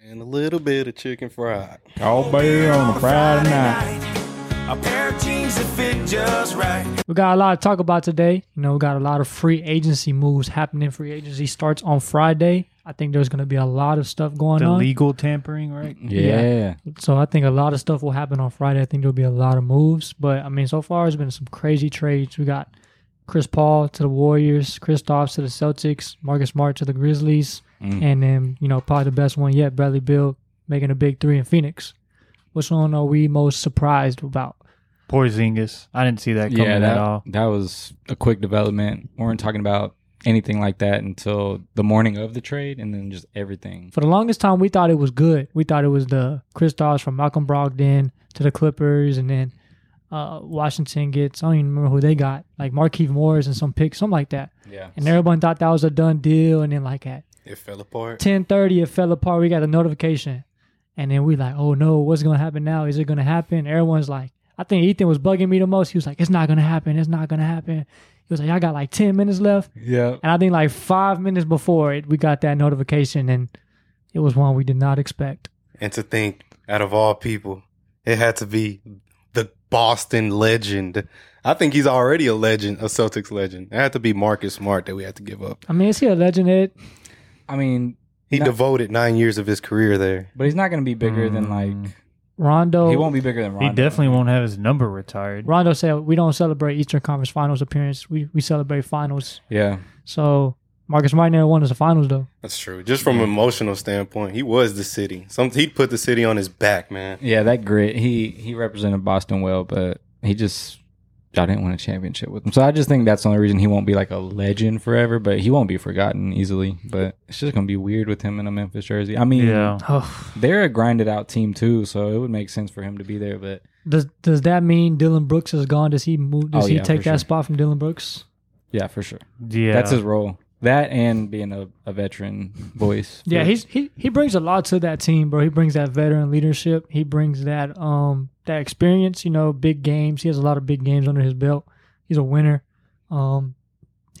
and a little bit of chicken fried. All beer on a Friday night. A pair of jeans that fit just right. We got a lot to talk about today. You know, we got a lot of free agency moves happening. Free agency starts on Friday. I think there's going to be a lot of stuff going The on. legal tampering, right? Yeah. So I think a lot of stuff will happen on Friday. I think there'll be a lot of moves. But I mean, so far it's been some crazy trades. We got Chris Paul to the Warriors, Kristaps to the Celtics, Marcus Smart to the Grizzlies, and then you know probably the best one yet, Bradley Bill making a big three in Phoenix. Which one are we most surprised about? Porzingis. I didn't see that coming Yeah, at that, all. that was a quick development. We weren't talking about anything like that until the morning of the trade and then just everything. For the longest time, we thought it was good. We thought it was the Kristaps from Malcolm Brogdon to the Clippers, and then uh, Washington gets I don't even remember who they got, like Marquise Morris and some picks, something like that. Yeah. and everyone thought that was a done deal. And then like at It fell apart. ten thirty, it fell apart. We got a notification, and then we like, oh no, what's gonna happen now? Is it gonna happen? Everyone's like, I think Ethan was bugging me the most. He was like, it's not gonna happen. It's not gonna happen. He was like, I got like ten minutes left, Yeah. and I think like five minutes before it, we got that notification, and it was one we did not expect. And to think, out of all people, it had to be the Boston legend. I think he's already a legend, a Celtics legend. It had to be Marcus Smart that we had to give up. I mean, is he a legend? Ed? I mean, He No. devoted nine years of his career there. but he's not going to be bigger than like, Rondo. he won't be bigger than Rondo. Mm. Oh, He definitely won't have his number retired. Rondo said we don't celebrate Eastern Conference Finals appearance. We we celebrate finals. Yeah. So Marcus Smart never won us the finals though. That's true. Just from an emotional standpoint, he was the city. Some he put the city on his back, man. Yeah, that grit. He he represented Boston well, but he just I didn't win a championship with him. So I just think that's the only reason he won't be like a legend forever, but he won't be forgotten easily. But it's just gonna be weird with him in a Memphis jersey. I mean Yeah. Oh. they're a grinded out team too, so it would make sense for him to be there, but Does does that mean Dylan Brooks is gone? Does he move? Does Oh, he yeah, take for that sure. spot from Dylan Brooks? yeah, for sure. Yeah. That's his role. That and being a, a veteran voice. Yeah, For- he's he he brings a lot to that team, bro. He brings that veteran leadership. He brings that um that experience. You know, big games. He has a lot of big games under his belt. He's a winner. Um,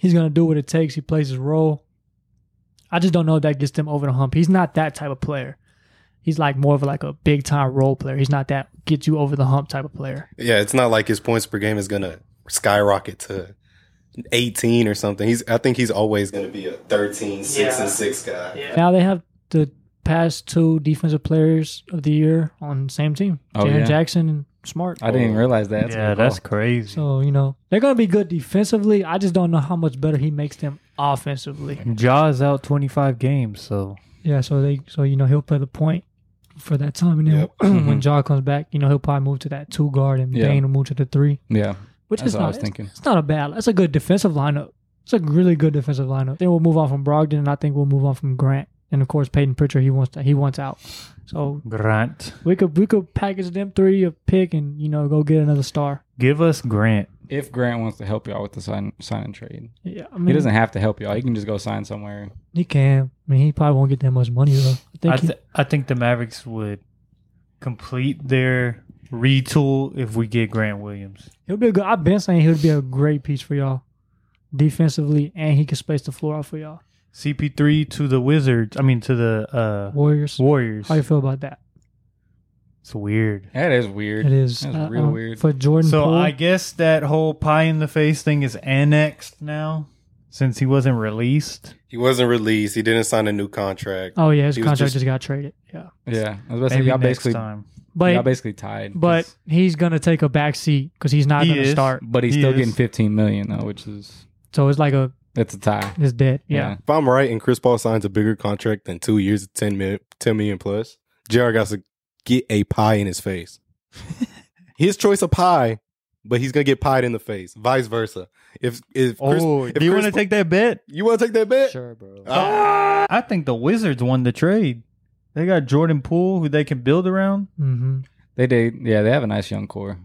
he's gonna do what it takes. He plays his role. I just don't know if that gets them over the hump. He's not that type of player. He's like more of like a big time role player. He's not that get you over the hump type of player. Yeah, it's not like his points per game is gonna skyrocket to eighteen or something. He's I think he's always gonna be a 13, 6 and six guy. Now they have the past two defensive players of the year on the same team. Oh, Jaren yeah. Jackson and Smart. I didn't realize that. yeah, that's crazy. So, you know, they're gonna be good defensively. I just don't know how much better he makes them offensively. Jaw's out 25 games, so Yeah, so they so you know he'll play the point for that time and then Yep. when Jaw comes back, you know, he'll probably move to that two guard and Yeah. Dane will move to the three. yeah. Which That's is what not I was it's- thinking. It's, not a bad that's a good defensive lineup. It's a really good defensive lineup. Then we'll move on from Brogdon and I think we'll move on from Grant. And of course Peyton Pritchard he wants to, he wants out. So Grant. We could we could package them three a pick and you know go get another star. Give us Grant. If Grant wants to help y'all with the sign sign and trade. Mm-hmm. Yeah, I mean He doesn't have to help y'all. He can just go sign somewhere. He can. I mean, he probably won't get that much money though. I think I, he- th- I think the Mavericks would complete their retool if we get Grant Williams. he'll be a good. I've been saying he would be a great piece for y'all, defensively, and he can space the floor out for y'all. CP3 to the Wizards. I mean, to the uh, Warriors. Warriors. How you feel about that? It's weird. That is weird. It is That's uh, real um, weird. for Jordan. So Poole, I guess that whole pie in the face thing is annexed now since he wasn't released. He wasn't released. He didn't sign a new contract. Oh yeah, his he was contract just, just- got traded. Yeah, Yeah. I was about to say Maybe y'all next basically time. y'all but basically tied. 'cause- but he's gonna take a back seat because he's not He gonna is. start. but he's He still is. getting 15 million though, which is So it's like a that's a tie. it's dead. yeah. If I'm right and Chris Paul signs a bigger contract than two years of 10 million, 10 million plus, JR got to get a pie in his face. his choice of pie, but he's gonna get pied in the face. Vice versa. If if Chris, Oh, if do you Chris want to Pa- take that bet? you want to take that bet? Sure, bro. Ah. I think the Wizards won the trade. They got Jordan Poole, who they can build around. Mm-hmm. They did. Yeah, they have a nice young core.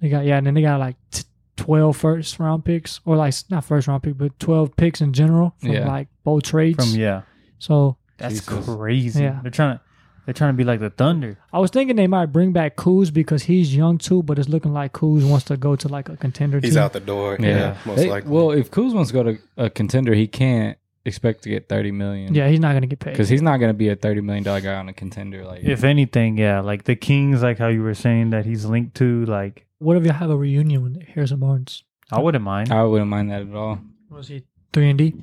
They got yeah, and then they got like t- 12 first round picks, or like not first round pick, but twelve picks in general from Yeah. like both trades. From yeah, So that's Jesus. crazy. Yeah. They're trying to they're trying to be like the Thunder. I was thinking they might bring back Kuz because he's young too, but it's looking like Kuz wants to go to like a contender He's team. out the door. Yeah, Yeah. most They- likely. Well, if Kuz wants to go to a contender, he can't expect to get thirty million. Yeah, he's not going to get paid. because he's not going to be a thirty million dollar guy on a contender. Like, If anything, yeah, like the Kings, like how you were saying that he's linked to, like What if you have a reunion with Harrison Barnes? I wouldn't mind. I wouldn't mind that at all. Was he three and D?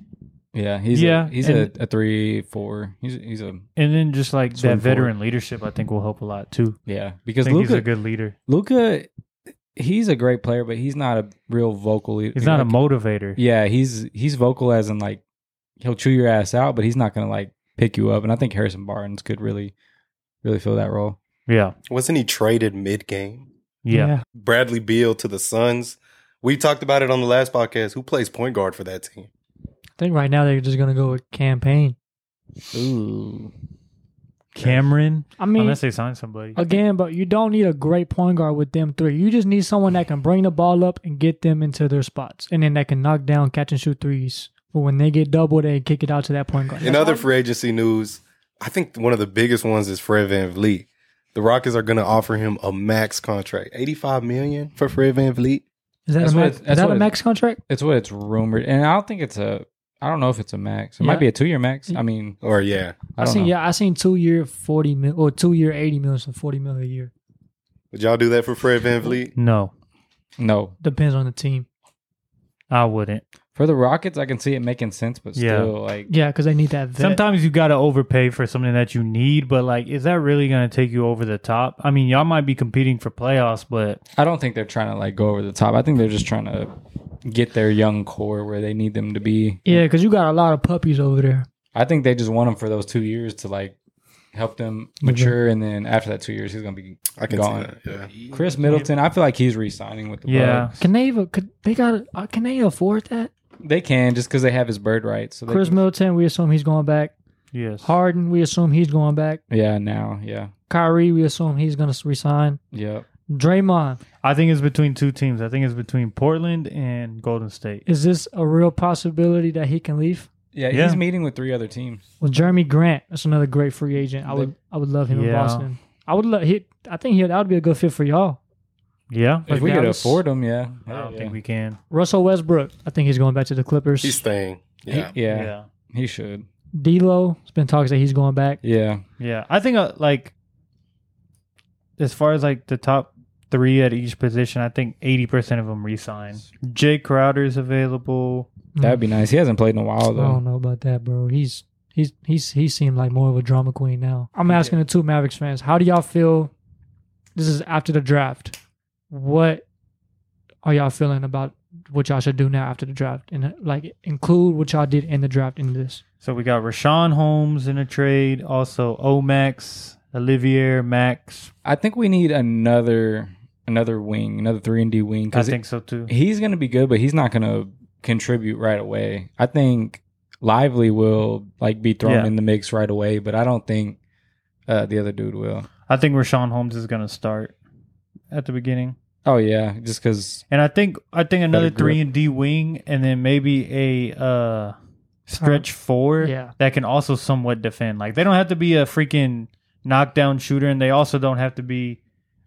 Yeah, he's Yeah, a, he's a, and- a three four. He's he's a and then just like Swing forward. that veteran leadership, I think will help a lot too. yeah I because think he's a Luca good leader. Luca he's a great player, but he's not a real vocal. leader. He's not a Like, motivator. Yeah, he's he's vocal as in like he'll chew your ass out, but he's not going to like pick you up. And I think Harrison Barnes could really really fill that role. Yeah, Wasn't he traded mid game? yeah. Bradley Beal to the Suns. We talked about it on the last podcast. Who plays point guard for that team? I think right now they're just going to go with campaign. Ooh, Cameron, I mean, unless they sign somebody. again, but you don't need a great point guard with them three. You just need someone that can bring the ball up and get them into their spots, and then that can knock down catch and shoot threes. But when they get double, they kick it out to that point guard. In other free agency news, I think one of the biggest ones is Fred Van Vliet. The Rockets are going to offer him a max contract, eighty-five million for Fred Van Vliet. Is that That's a what max, it- is that's that what a it- max contract? it's what it's rumored, and I don't think it's a. I don't know if it's a max. It Yeah. might be a two year max. I mean, Or yeah, I I, don't seen know. yeah, I seen two year forty mil or two year eighty mil, so forty mil a year. would y'all do that for Fred Van Vliet? No, No, Depends on the team. I wouldn't. for the Rockets, I can see it making sense, but Yeah. still, like, Yeah, because they need that vet. Sometimes you gotta overpay for something that you need, but like, is that really gonna take you over the top? I mean, y'all might be competing for playoffs, but I don't think they're trying to like go over the top. I think they're just trying to get their young core where they need them to be. yeah, because you got a lot of puppies over there. I think they just want him for those two years to like help them Mm-hmm. mature, and then after that two years, he's gonna be I can gone. see that. Yeah. Chris Middleton. I feel like he's re-signing with the yeah, Bucks. Can they even? Could they got? Uh, can they afford that? They can just because they have his bird rights. So they Chris can- Middleton, we assume he's going back. yes, Harden, we assume he's going back. yeah, now, yeah, Kyrie, we assume he's going to resign. yeah. Draymond, I think it's between two teams. I think it's between Portland and Golden State. is this a real possibility that he can leave? Yeah, Yeah. he's meeting with three other teams. Well, Jeremy Grant, that's another great free agent. I would, I would love him in Yeah. Boston. I would love. He, I think he that would be a good fit for y'all. Yeah, If we could Dallas- afford him, yeah. I don't Yeah. think we can. Russell Westbrook, I think he's going back to the Clippers. He's staying. He- Yeah, yeah, yeah. he should. D'Lo, it's been talks that he's going back. Yeah, Yeah, I think uh, like as far as like the top three at each position, I think eighty percent of them resign. Jay Crowder's available. that'd be nice. He hasn't played in a while I though. don't know about that, bro. He's he's he's he seemed like more of a drama queen now. I'm asking the two Mavericks fans, how do y'all feel? This is after the draft. What are y'all feeling about what y'all should do now after the draft, and uh, like include what y'all did in the draft in this? So we got Rashawn Holmes in a trade, also Omax, Olivier, Max. I think we need another another wing, another three and D wing I because think so too. he's going to be good, but he's not going to contribute right away. I think Lively will like be thrown Yeah. in the mix right away, but I don't think uh, the other dude will. I think Rashawn Holmes is gonna start at the beginning. Oh yeah, just because And I think I think another Better grip. three and D wing and then maybe a uh stretch four yeah. that can also somewhat defend. Like they don't have to be a freaking knockdown shooter and they also don't have to be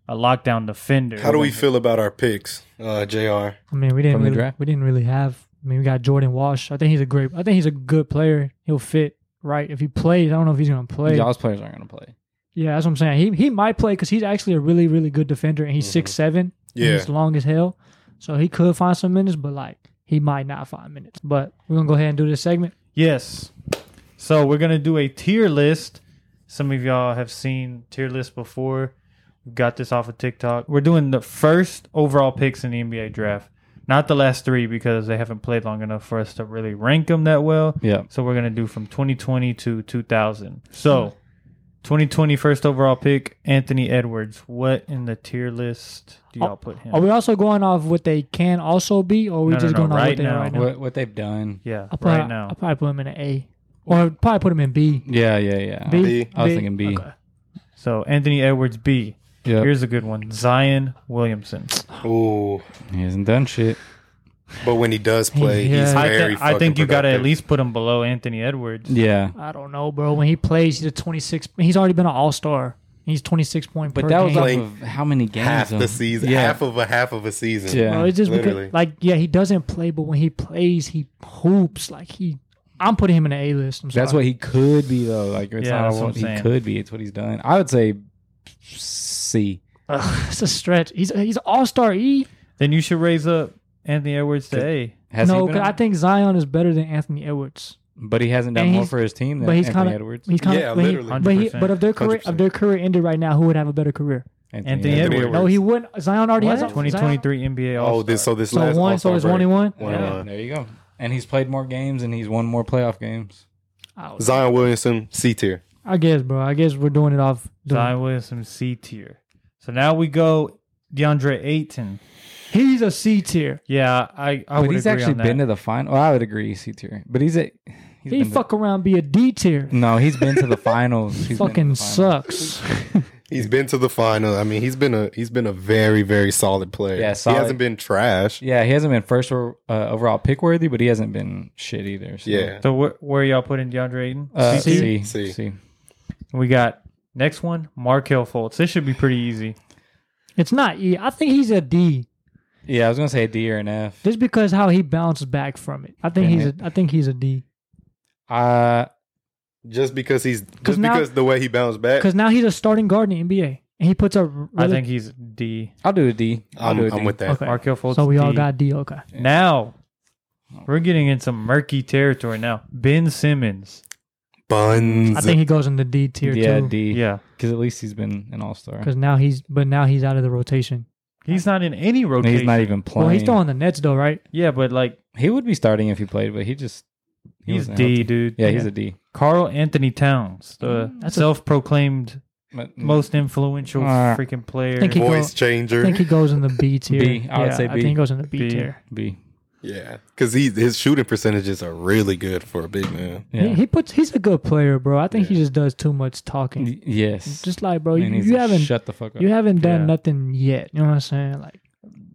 a lockdown defender. How do we feel about our picks, uh, Jr. I mean, From we didn't the really, draft? we didn't really have. I mean, we got Jordan Walsh. I think he's a great. I think he's a good player. He'll fit right if he plays. I don't know if he's gonna play. y'all's players aren't going to play. Yeah, that's what I'm saying. He he might play because he's actually a really really good defender and he's Mhm. six seven. Yeah. he's long as hell, so he could find some minutes, but like he might not find minutes. But we're gonna go ahead and do this segment. Yes. So we're gonna do a tier list. Some of y'all have seen tier list before. We got this off of TikTok. We're doing the first overall picks in the NBA draft. Not the last three because they haven't played long enough for us to really rank them that well. Yeah, So we're gonna do from 2020 to 2000. So 2020 first overall pick Anthony Edwards. What in the tier list do y'all put him? Are we also going off what they can also be, or are we No, no, just no, going off right what they now. are right now? what what they've done. yeah, I'll probably, right now. I'll probably put him in an A, or I'll probably put him in B. Yeah, yeah, yeah. B. B. Uh, I was thinking B. Okay. So Anthony Edwards B. Yep. Here's a good one. Zion Williamson. Ooh, he hasn't done shit. but when he does play, Yeah. he's I, thi- very. I fucking think you got to at productive. least put him below Anthony Edwards. Yeah, I don't know, bro. When he plays, he's a 26. He's already been an All Star. He's 26 point. but per that was game. off Like, of how many games? half though? the season, Yeah, half of a half of a season. yeah. Bro, it's just Literally. because, like, yeah, he doesn't play, but when he plays, he hoops. Like, he I'm putting him in the A list. I'm sorry. That's what he could be though. Like it's Yeah, not that's what, what I'm he saying. could be. It's what he's done. I would say C. Ugh, it's a stretch. He's he's All Star E. Then you should raise up Anthony Edwards to A. Has no, he been because I on- think Zion is better than Anthony Edwards. but he hasn't done and more he's- for his team than but he's Anthony kinda- Edwards. He's kind Yeah, of, but, he, literally. but, he, 100%. but if their career if their career ended right now, who would have a better career? Anthony Edwards. Edwards. No, he wouldn't. Zion already What? has a- 2023 NBA All Oh, this so this So last one- so All-Star it's one break. and one? One Yeah, and one. there you go. And he's played more games and he's won more playoff games. Zion. I, Zion Williamson, C tier. I guess, bro. I guess we're doing it off. Zion Williamson C tier. So now we go DeAndre Ayton. He's a C tier. Yeah, I I but would he's agree actually on that. been to the final. Well, I would agree, C tier. But he's a he's He been to- fuck around be a D tier. no, he's been to the finals. He's been to the Fucking finals. sucks. He's been to the final. I mean, he's been a he's been a very very solid player. Yeah, solid. he hasn't been trash. Yeah, he hasn't been first or, uh, overall pick worthy, but he hasn't been shit either. So. Yeah, so where, where y'all putting DeAndre Ayton? Uh, C C, tier? C. C. We got next one, Markel Fultz. This should be pretty easy. it's not E. I think he's a D. Yeah, I was gonna say a D or an F. Just because how he bounces back from it. I think Damn he's a, I think he's a D. Uh, just because he's just now- because the way he bounced back. Because now he's a starting guard in the NBA. And he puts up really, I think he's D. I'll do a D. I'll I'm, do a D. I'm with that. Okay. Markel Fultz. So we all D. got D. Okay. now. We're getting in some murky territory now. Ben Simmons. Buns. I think he goes in the D tier yeah, too. D. Yeah. because at least he's been an All Star. Because now he's but now he's out of the rotation. He's not in any rotation. He's not even playing. Well, he's still on the Nets though, right? Yeah, but like He would be starting if he played, but he just he he's wasn't D, healthy. dude. Yeah, he's a D. Carl Anthony Towns, the Mm. That's a- self-proclaimed But- most influential Uh, freaking player. think he voice go- changer. I think he goes in the B tier. B. I would yeah, say I B. think he goes in the B, B. tier. B. yeah, because he his shooting percentages are really good for a big man. Yeah. He, he puts. He's a good player, bro. I think he Yeah. just does too much talking. Y- yes. Just like, bro, Man, you, he's you a haven't shut the fuck up. you haven't done Yeah. nothing yet. You know what I'm saying? Like,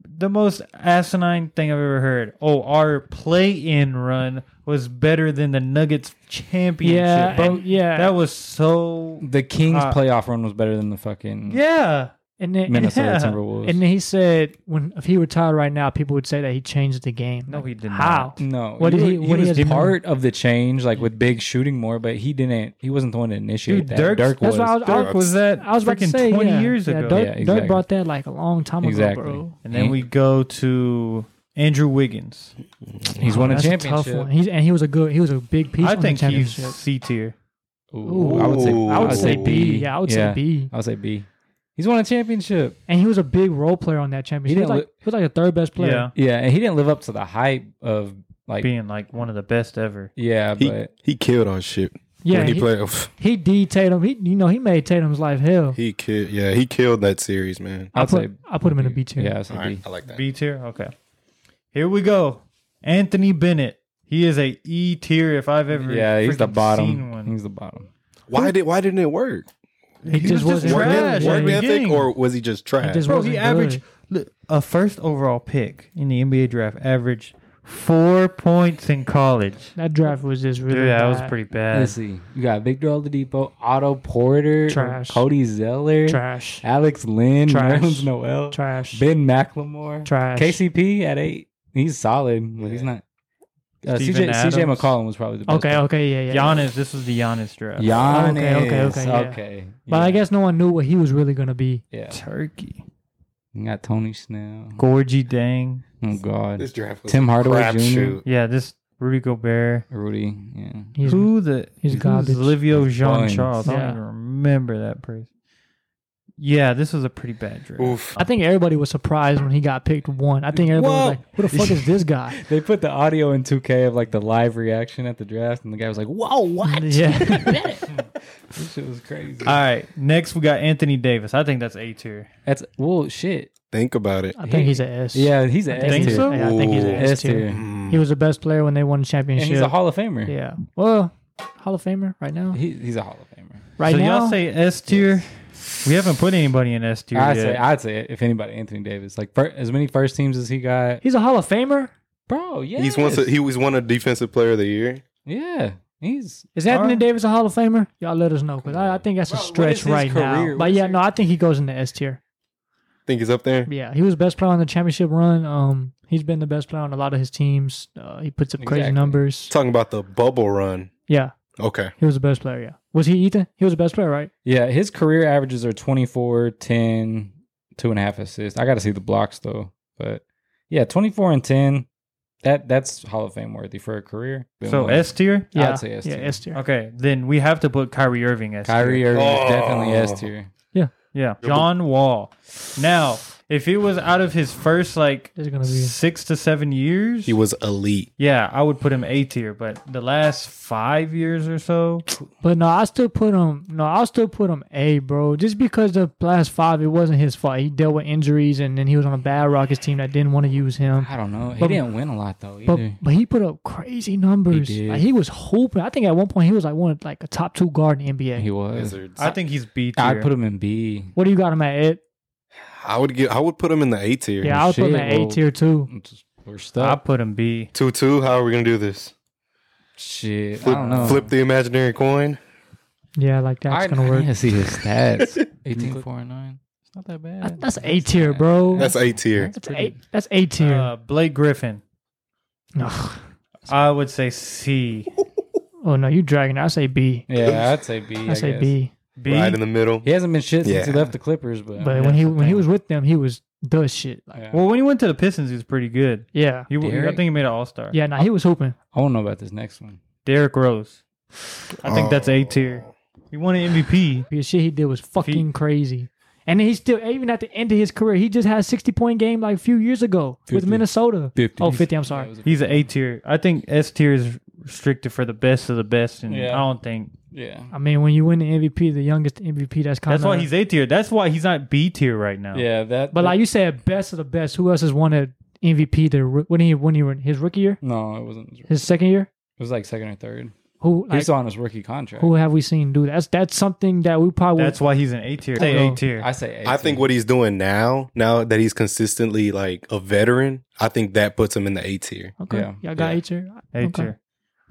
the most asinine thing I've ever heard. Oh, our play-in run was better than the Nuggets championship. yeah, bro. and- yeah. That was so. the Kings Uh, playoff run was better than the fucking Yeah, and then Minnesota Yeah. Timberwolves. and then he said when if he retired right now, people would say that he changed the game. No, Like, he did How? no, What did he- what he was had done? part of the change, like with Big shooting more, but he didn't. He wasn't the one to initiate dude. that. Dirk. Dirk was. that's why I was, I Dirk was- was that. I was about to freaking say twenty yeah, years yeah, ago. Yeah, Dirk, Dirk exactly. brought that like a long time Exactly. ago, bro. and then we go to Andrew Wiggins. he's won a That's championship. tough one. He's and he was a good. He was a big piece. I on the think he's championship. C tier. Ooh, I would say. Ooh. I would say B. Yeah, I would say B. I would say B. He's won a championship. And he was a big role player on that championship. He He, was, didn't like, he was like the third best player. Yeah, Yeah, and he didn't live up to the hype of like. being like one of the best ever. Yeah, He but he killed on shit. Yeah, when he, he- played. He D Tatum. He you know he made Tatum's life hell. He killed. Yeah, he killed that series, man. I I would say put I put him in a B tier. yeah, I would say All right, B. I like that. B tier. Okay, here we go. Anthony Bennett. He is a E tier if I've ever Yeah, he's the freaking seen bottom. one. He's the bottom. Why did why didn't it work? He, just wasn't was just Work, good. trash. work at the Yeah, ethic, beginning. or was he just trash? just- Bro, wasn't he good. averaged look, a first overall pick in the NBA draft. Averaged four points in college. that draft was just really Dude, that was bad. pretty bad. Let's see. You got Victor Oladipo, Otto Porter, Trash. Cody Zeller, trash. Alex Lynn, Trash. Nerlens Noel, Trash. Ben McLemore, Trash. KCP at eight. He's solid, but he's not. Uh, Steven CJ, CJ Adams. McCollum was probably the best. Okay, player. okay, yeah, yeah. Giannis. This was the Giannis draft. Giannis. Okay, okay, okay, yeah. okay. But I Yeah. guess no one knew what he was really gonna be. yeah. Turkey. You got Tony Snell. Gorgie Dang. Oh God. this draft was Tim a Hardaway crap Jr. shoot. Yeah, this Rudy Gobert. Rudy. Yeah. He's Who the he's who's garbage. Livio Jean Buns. Charles. I don't Yeah. even remember that person. Yeah, this was a pretty bad draft. Oof. I think everybody was surprised when he got picked one. I think everybody Whoa. was like, "Who the fuck is this guy?" They put the audio in 2K of like the live reaction at the draft, and the guy was like, "Whoa, what?" yeah, This shit was crazy. All right, next we got Anthony Davis. I think that's A tier. That's whoa, shit. Think about it. I think he's an S. Yeah, he's an I S think, he's- tier. so? yeah, I think he's an Ooh. S S tier. tier. He was the best player when they won the And championship. he's a Hall of Famer. yeah, well, Hall of Famer right now. He, he's a Hall of Famer. Right so now, y'all say S tier? We haven't put anybody in S tier I'd yet. say I'd say if anybody Anthony Davis like fir- as many first teams as he got, he's a Hall of Famer. bro. Yeah, He's once a, he was one of defensive player of the year. yeah. He's Is Anthony Alright. Davis a Hall of Famer? Y'all let us know because I, I think that's a Bro, what is stretch his right now. career? But What's yeah, his- no, I think he goes in the S tier. Think he's up there. Yeah, he was best player on the championship run. Um, He's been the best player on a lot of his teams. Uh, he puts up crazy Exactly. numbers. Talking about the bubble run. Yeah, Okay. he was the best player. Yeah, was he Ethan? He was the best player, right? Yeah, his career averages are 24, 10, two and a half assists. I got to see the blocks though. But yeah, 24 and 10. That that's Hall of Fame worthy for a career. So S tier. I'd Yeah, say S yeah, tier. S tier. Okay, then we have to put Kyrie Irving as Kyrie Irving Oh. is definitely S tier. Yeah, John Wall. Now, if it was out of his first like There's gonna be six to seven years, He was elite. yeah, I would put him A tier. But the last five years or so, But no, I still put him. No, I still put him A, bro. Just because the last five, it wasn't his fault. He dealt with injuries, and then he was on a bad Rockets team that didn't want to use him. I don't know. He But- didn't win a lot though But either. but he put up crazy numbers. He did. Like he was hoping. I think at one point he was like one of, like a top two guard in the NBA. he was. Wizards. I I, think he's B tier. I'd put him in B. what do you got him at? Ed? would give. I would put him in the A tier. Yeah, I would put him shit, at A well- tier too. We're I stuck. put him B. Two two. How are we gonna do this? Shit. Flip, I don't know. flip the imaginary coin. Yeah, like that's I, gonna I work. need to see his stats. 18, 4, and 9. It's not that That- bad. that's A tier, bro. That's A tier. That's That's pretty- A. That's A tier. Uh, Blake Griffin. Ugh. I would say C. oh no, you dragging. it. I say B. Yeah, I'd say B. I say B. B. Right in the middle. He hasn't been shit since he Yeah. left the Clippers, but, But when he when he was with them, he was the shit. Like, Yeah. well, when he went to the Pistons, he was pretty good. yeah, He, I Derrick? think he made an All Star. yeah. Nah, he was hooping. I want to know about this next one. Derrick Rose. I think that's A Oh. tier. He won an MVP. The shit he did was fucking crazy. And then he still, even at the end of his career, he just had a 60 point game like a few years ago with 50. Minnesota. 50. Oh, 50, I'm sorry. He's an A tier. I think S tier is restricted for the best of the best, and Yeah. I don't think yeah. I mean, when you win the MVP, the youngest MVP, that's kind of. that's why he's A tier. That's why he's not B tier right now. Yeah, that. But like you said, best of the best. Who else has won an MVP? The ro- when he when he were his rookie year, No, it wasn't. It his second year. was like second or third. Who He's like, still on his rookie contract. who have we seen do that? that's that's something that we probably That's why he's an A tier. Say Although- A tier. I say A. I think what he's doing now, now that he's consistently like a veteran, I think that puts him in the A tier. okay. yeah, Y'all got yeah. H here. A Okay. tier.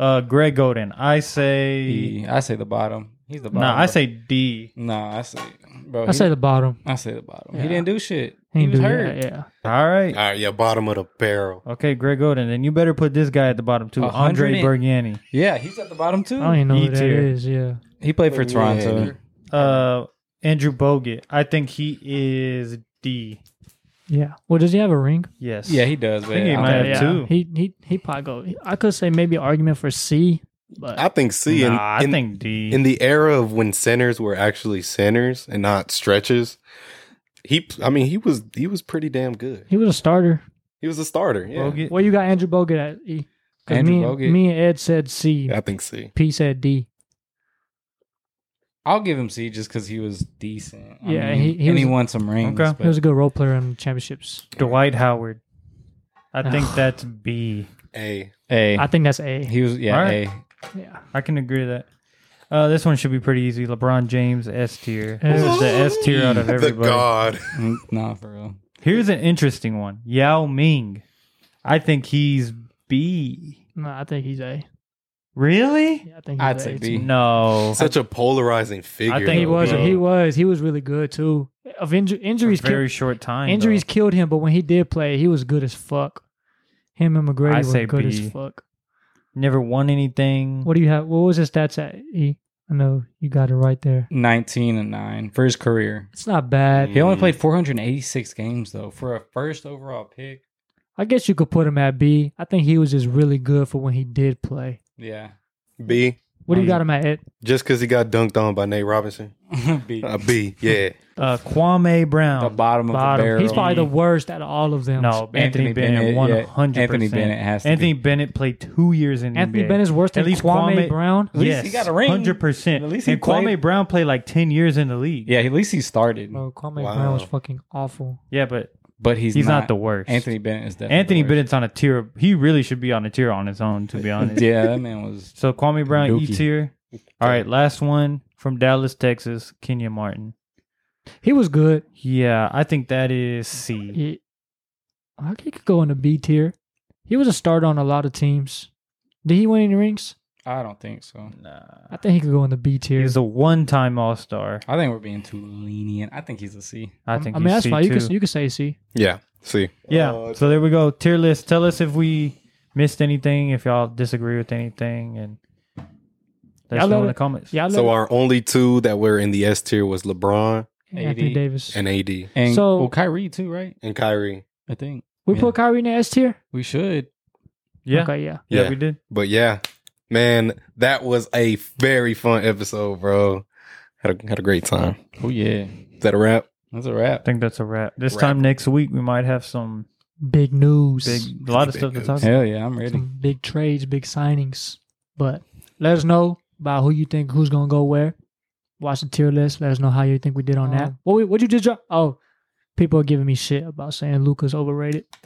Uh, Greg Golden. I say he, I say the bottom. He's the no. bottom. I say D. Nah, I say. Bro, I Oh, he- say the bottom. I say the bottom. Yeah. He didn't do shit. He, He ain't was do hurt. that. Yeah. All right. All right, yeah, bottom of the barrel. Okay, Greg Golden. Then you better put this guy at the bottom too. A Andre hundred Bergiani. Yeah, he's at the bottom too. I don't even know E who that tier. is. Yeah. he played for Toronto. Yeah. Uh, Andrew Bogut. I think he is D. Yeah. Well, does he have a ring? Yes. Yeah, he does. But think he I don't might have know. Yeah. two. He he he probably go. I could say maybe argument for C, but I think C in, Nah, I in- think D. in the era of when centers were actually centers and not stretches, he I mean he was he was pretty damn good. he was a starter. He was a starter. Yeah. Bogut. Where you got Andrew Bogut at E? 'Cause Andrew me, Bogut. me and Ed said C. I think C. P said D. I'll give him C just because he was decent. I Yeah, mean, he- he and he was- won some rings. Okay. but- He was a good role player in championships. Dwight Howard. I No. think that's B. A. A. I think that's A. He was yeah All a. right. Yeah. I can agree to that. Uh, this one should be pretty easy. LeBron James S tier. Who was the S tier out of The everybody? god. Mm, nah, for real. Here's an interesting one. Yao Ming. I think he's B. No, I think he's A. Really? Yeah, I think he's I'd a say too. B. No. Such a polarizing figure. think He though, was. bro. He was. He was really good too. Of inju- injuries, very killed, short time. though. injuries killed him. But when he did play, he was good as fuck. Him and McGrady I were say good B. as fuck. Never won anything. What do you have? What was his stats at E? I know you got it right there. Nineteen and nine for his career. It's not bad. He only Mm. played 486 games though for a first overall pick. I guess you could put him at B. I think he was just really good for when he did play. Yeah, B. What do you Um, got him at? Ed? Just because he got dunked on by Nate Robinson. B. A Uh, B. Yeah. Uh, Kwame Brown. the bottom of Bottom. the barrel. He's probably the worst out of all of them. No, Anthony, Anthony Bennett, Bennett, one yeah. hundred percent. Anthony Bennett has to Anthony Bennett played two years in the Anthony NBA. Bennett's worse At than least Kwame, Kwame- Brown. At least he got a ring. Hundred percent. At least he and played- Kwame Brown played like ten years in the league. yeah, at least he started, Bro, Kwame Wow. Brown was fucking awful. yeah, but but he's he's, not, the worst. Anthony Bennett is definitely Anthony the worst. Bennett's on a tier. He really should be on a tier on his own, to be honest. Yeah, that man was. So Kwame Brown E Dookie. tier. All right, last one from Dallas, Texas, Kenya Martin. He was good. Yeah, I think that is C. He, I think he could go into B tier. He was a starter on a lot of teams. Did he win any rings? I don't think so. Nah. I think he could go in the B tier. He's a one-time All Star. I think we're being too lenient. I think he's a C. I think. I mean, he's that's C fine. You too. could, you could say C. Yeah. See, Yeah. Uh, so there we go. Tier list. Tell us if we missed anything, if y'all disagree with anything, and let Y'all us let know in it- the comments. Yeah, I so love our only two that were in the S tier was LeBron Anthony AD. Davis. and AD And So- well, Kyrie too, right? and Kyrie. I think we yeah. put Kyrie in the S tier. we should. Yeah. Okay, yeah. yeah. Yeah. we did. But yeah, man, that was a very fun episode, bro. Had a had a great time. Oh yeah, Is that a wrap? that's a I wrap. think that's a wrap. This Wrap. time next week, we might have some Big news. big, a lot of Big stuff to news. talk about. Hell yeah, I'm ready. some big trades, big signings. But let us know about who you think who's gonna go where. Watch the tier list. Let us know how you think we did on that. Um, What we, what you just drop? Oh, people are giving me shit about saying Luca's overrated.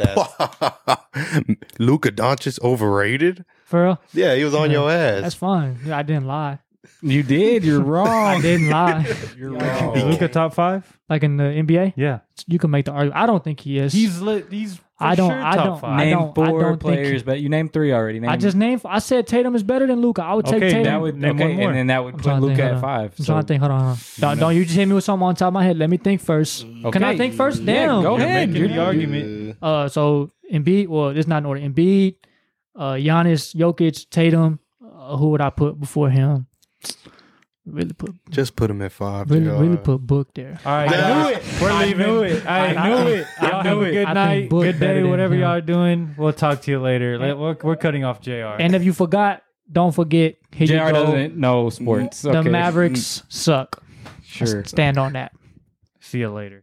Luka Doncic overrated? For real, Yeah, he was on Yeah, your ass. that's fine. Yeah, I didn't lie. You did. You're I Oh. wrong. didn't lie. You're Is wrong. Luca top five? Like in the NBA, Yeah, you can make the argument. I don't think he is. he's lit. He's for I don't- Sure I top don't- Five. I Name don't- I four don't think players, he- but you named three already. Name, I just named. I said Tatum is better than Luca. I would take Okay, Tatum. that would Name okay, one more. and then that would I'm put trying to think, Luca hold at on. five. I'm so- trying to think. Hold on. Hold on. Don't, know. don't you just hit me with something on top of my head. Let me think first. Can I Okay. think first? Yeah, Damn. go You're ahead. making You're- the argument. Uh, so Embiid. Well, it's not in order. Embiid, uh, Giannis, Jokic, Tatum. Uh, who would I put before him? Really put, Just put him at five. really, Gerard. really put Book there. All right, I knew it. We're leaving. I knew it. I knew it. Y'all have a good I think night, Book good better day, than whatever him. y'all are doing. We'll talk to you later. Let- We're, we're cutting off Jr. And if you forgot, don't forget. Here you JR go. doesn't know sports. The okay. Mm. Mavericks suck. Sure. Stand on that. See you later.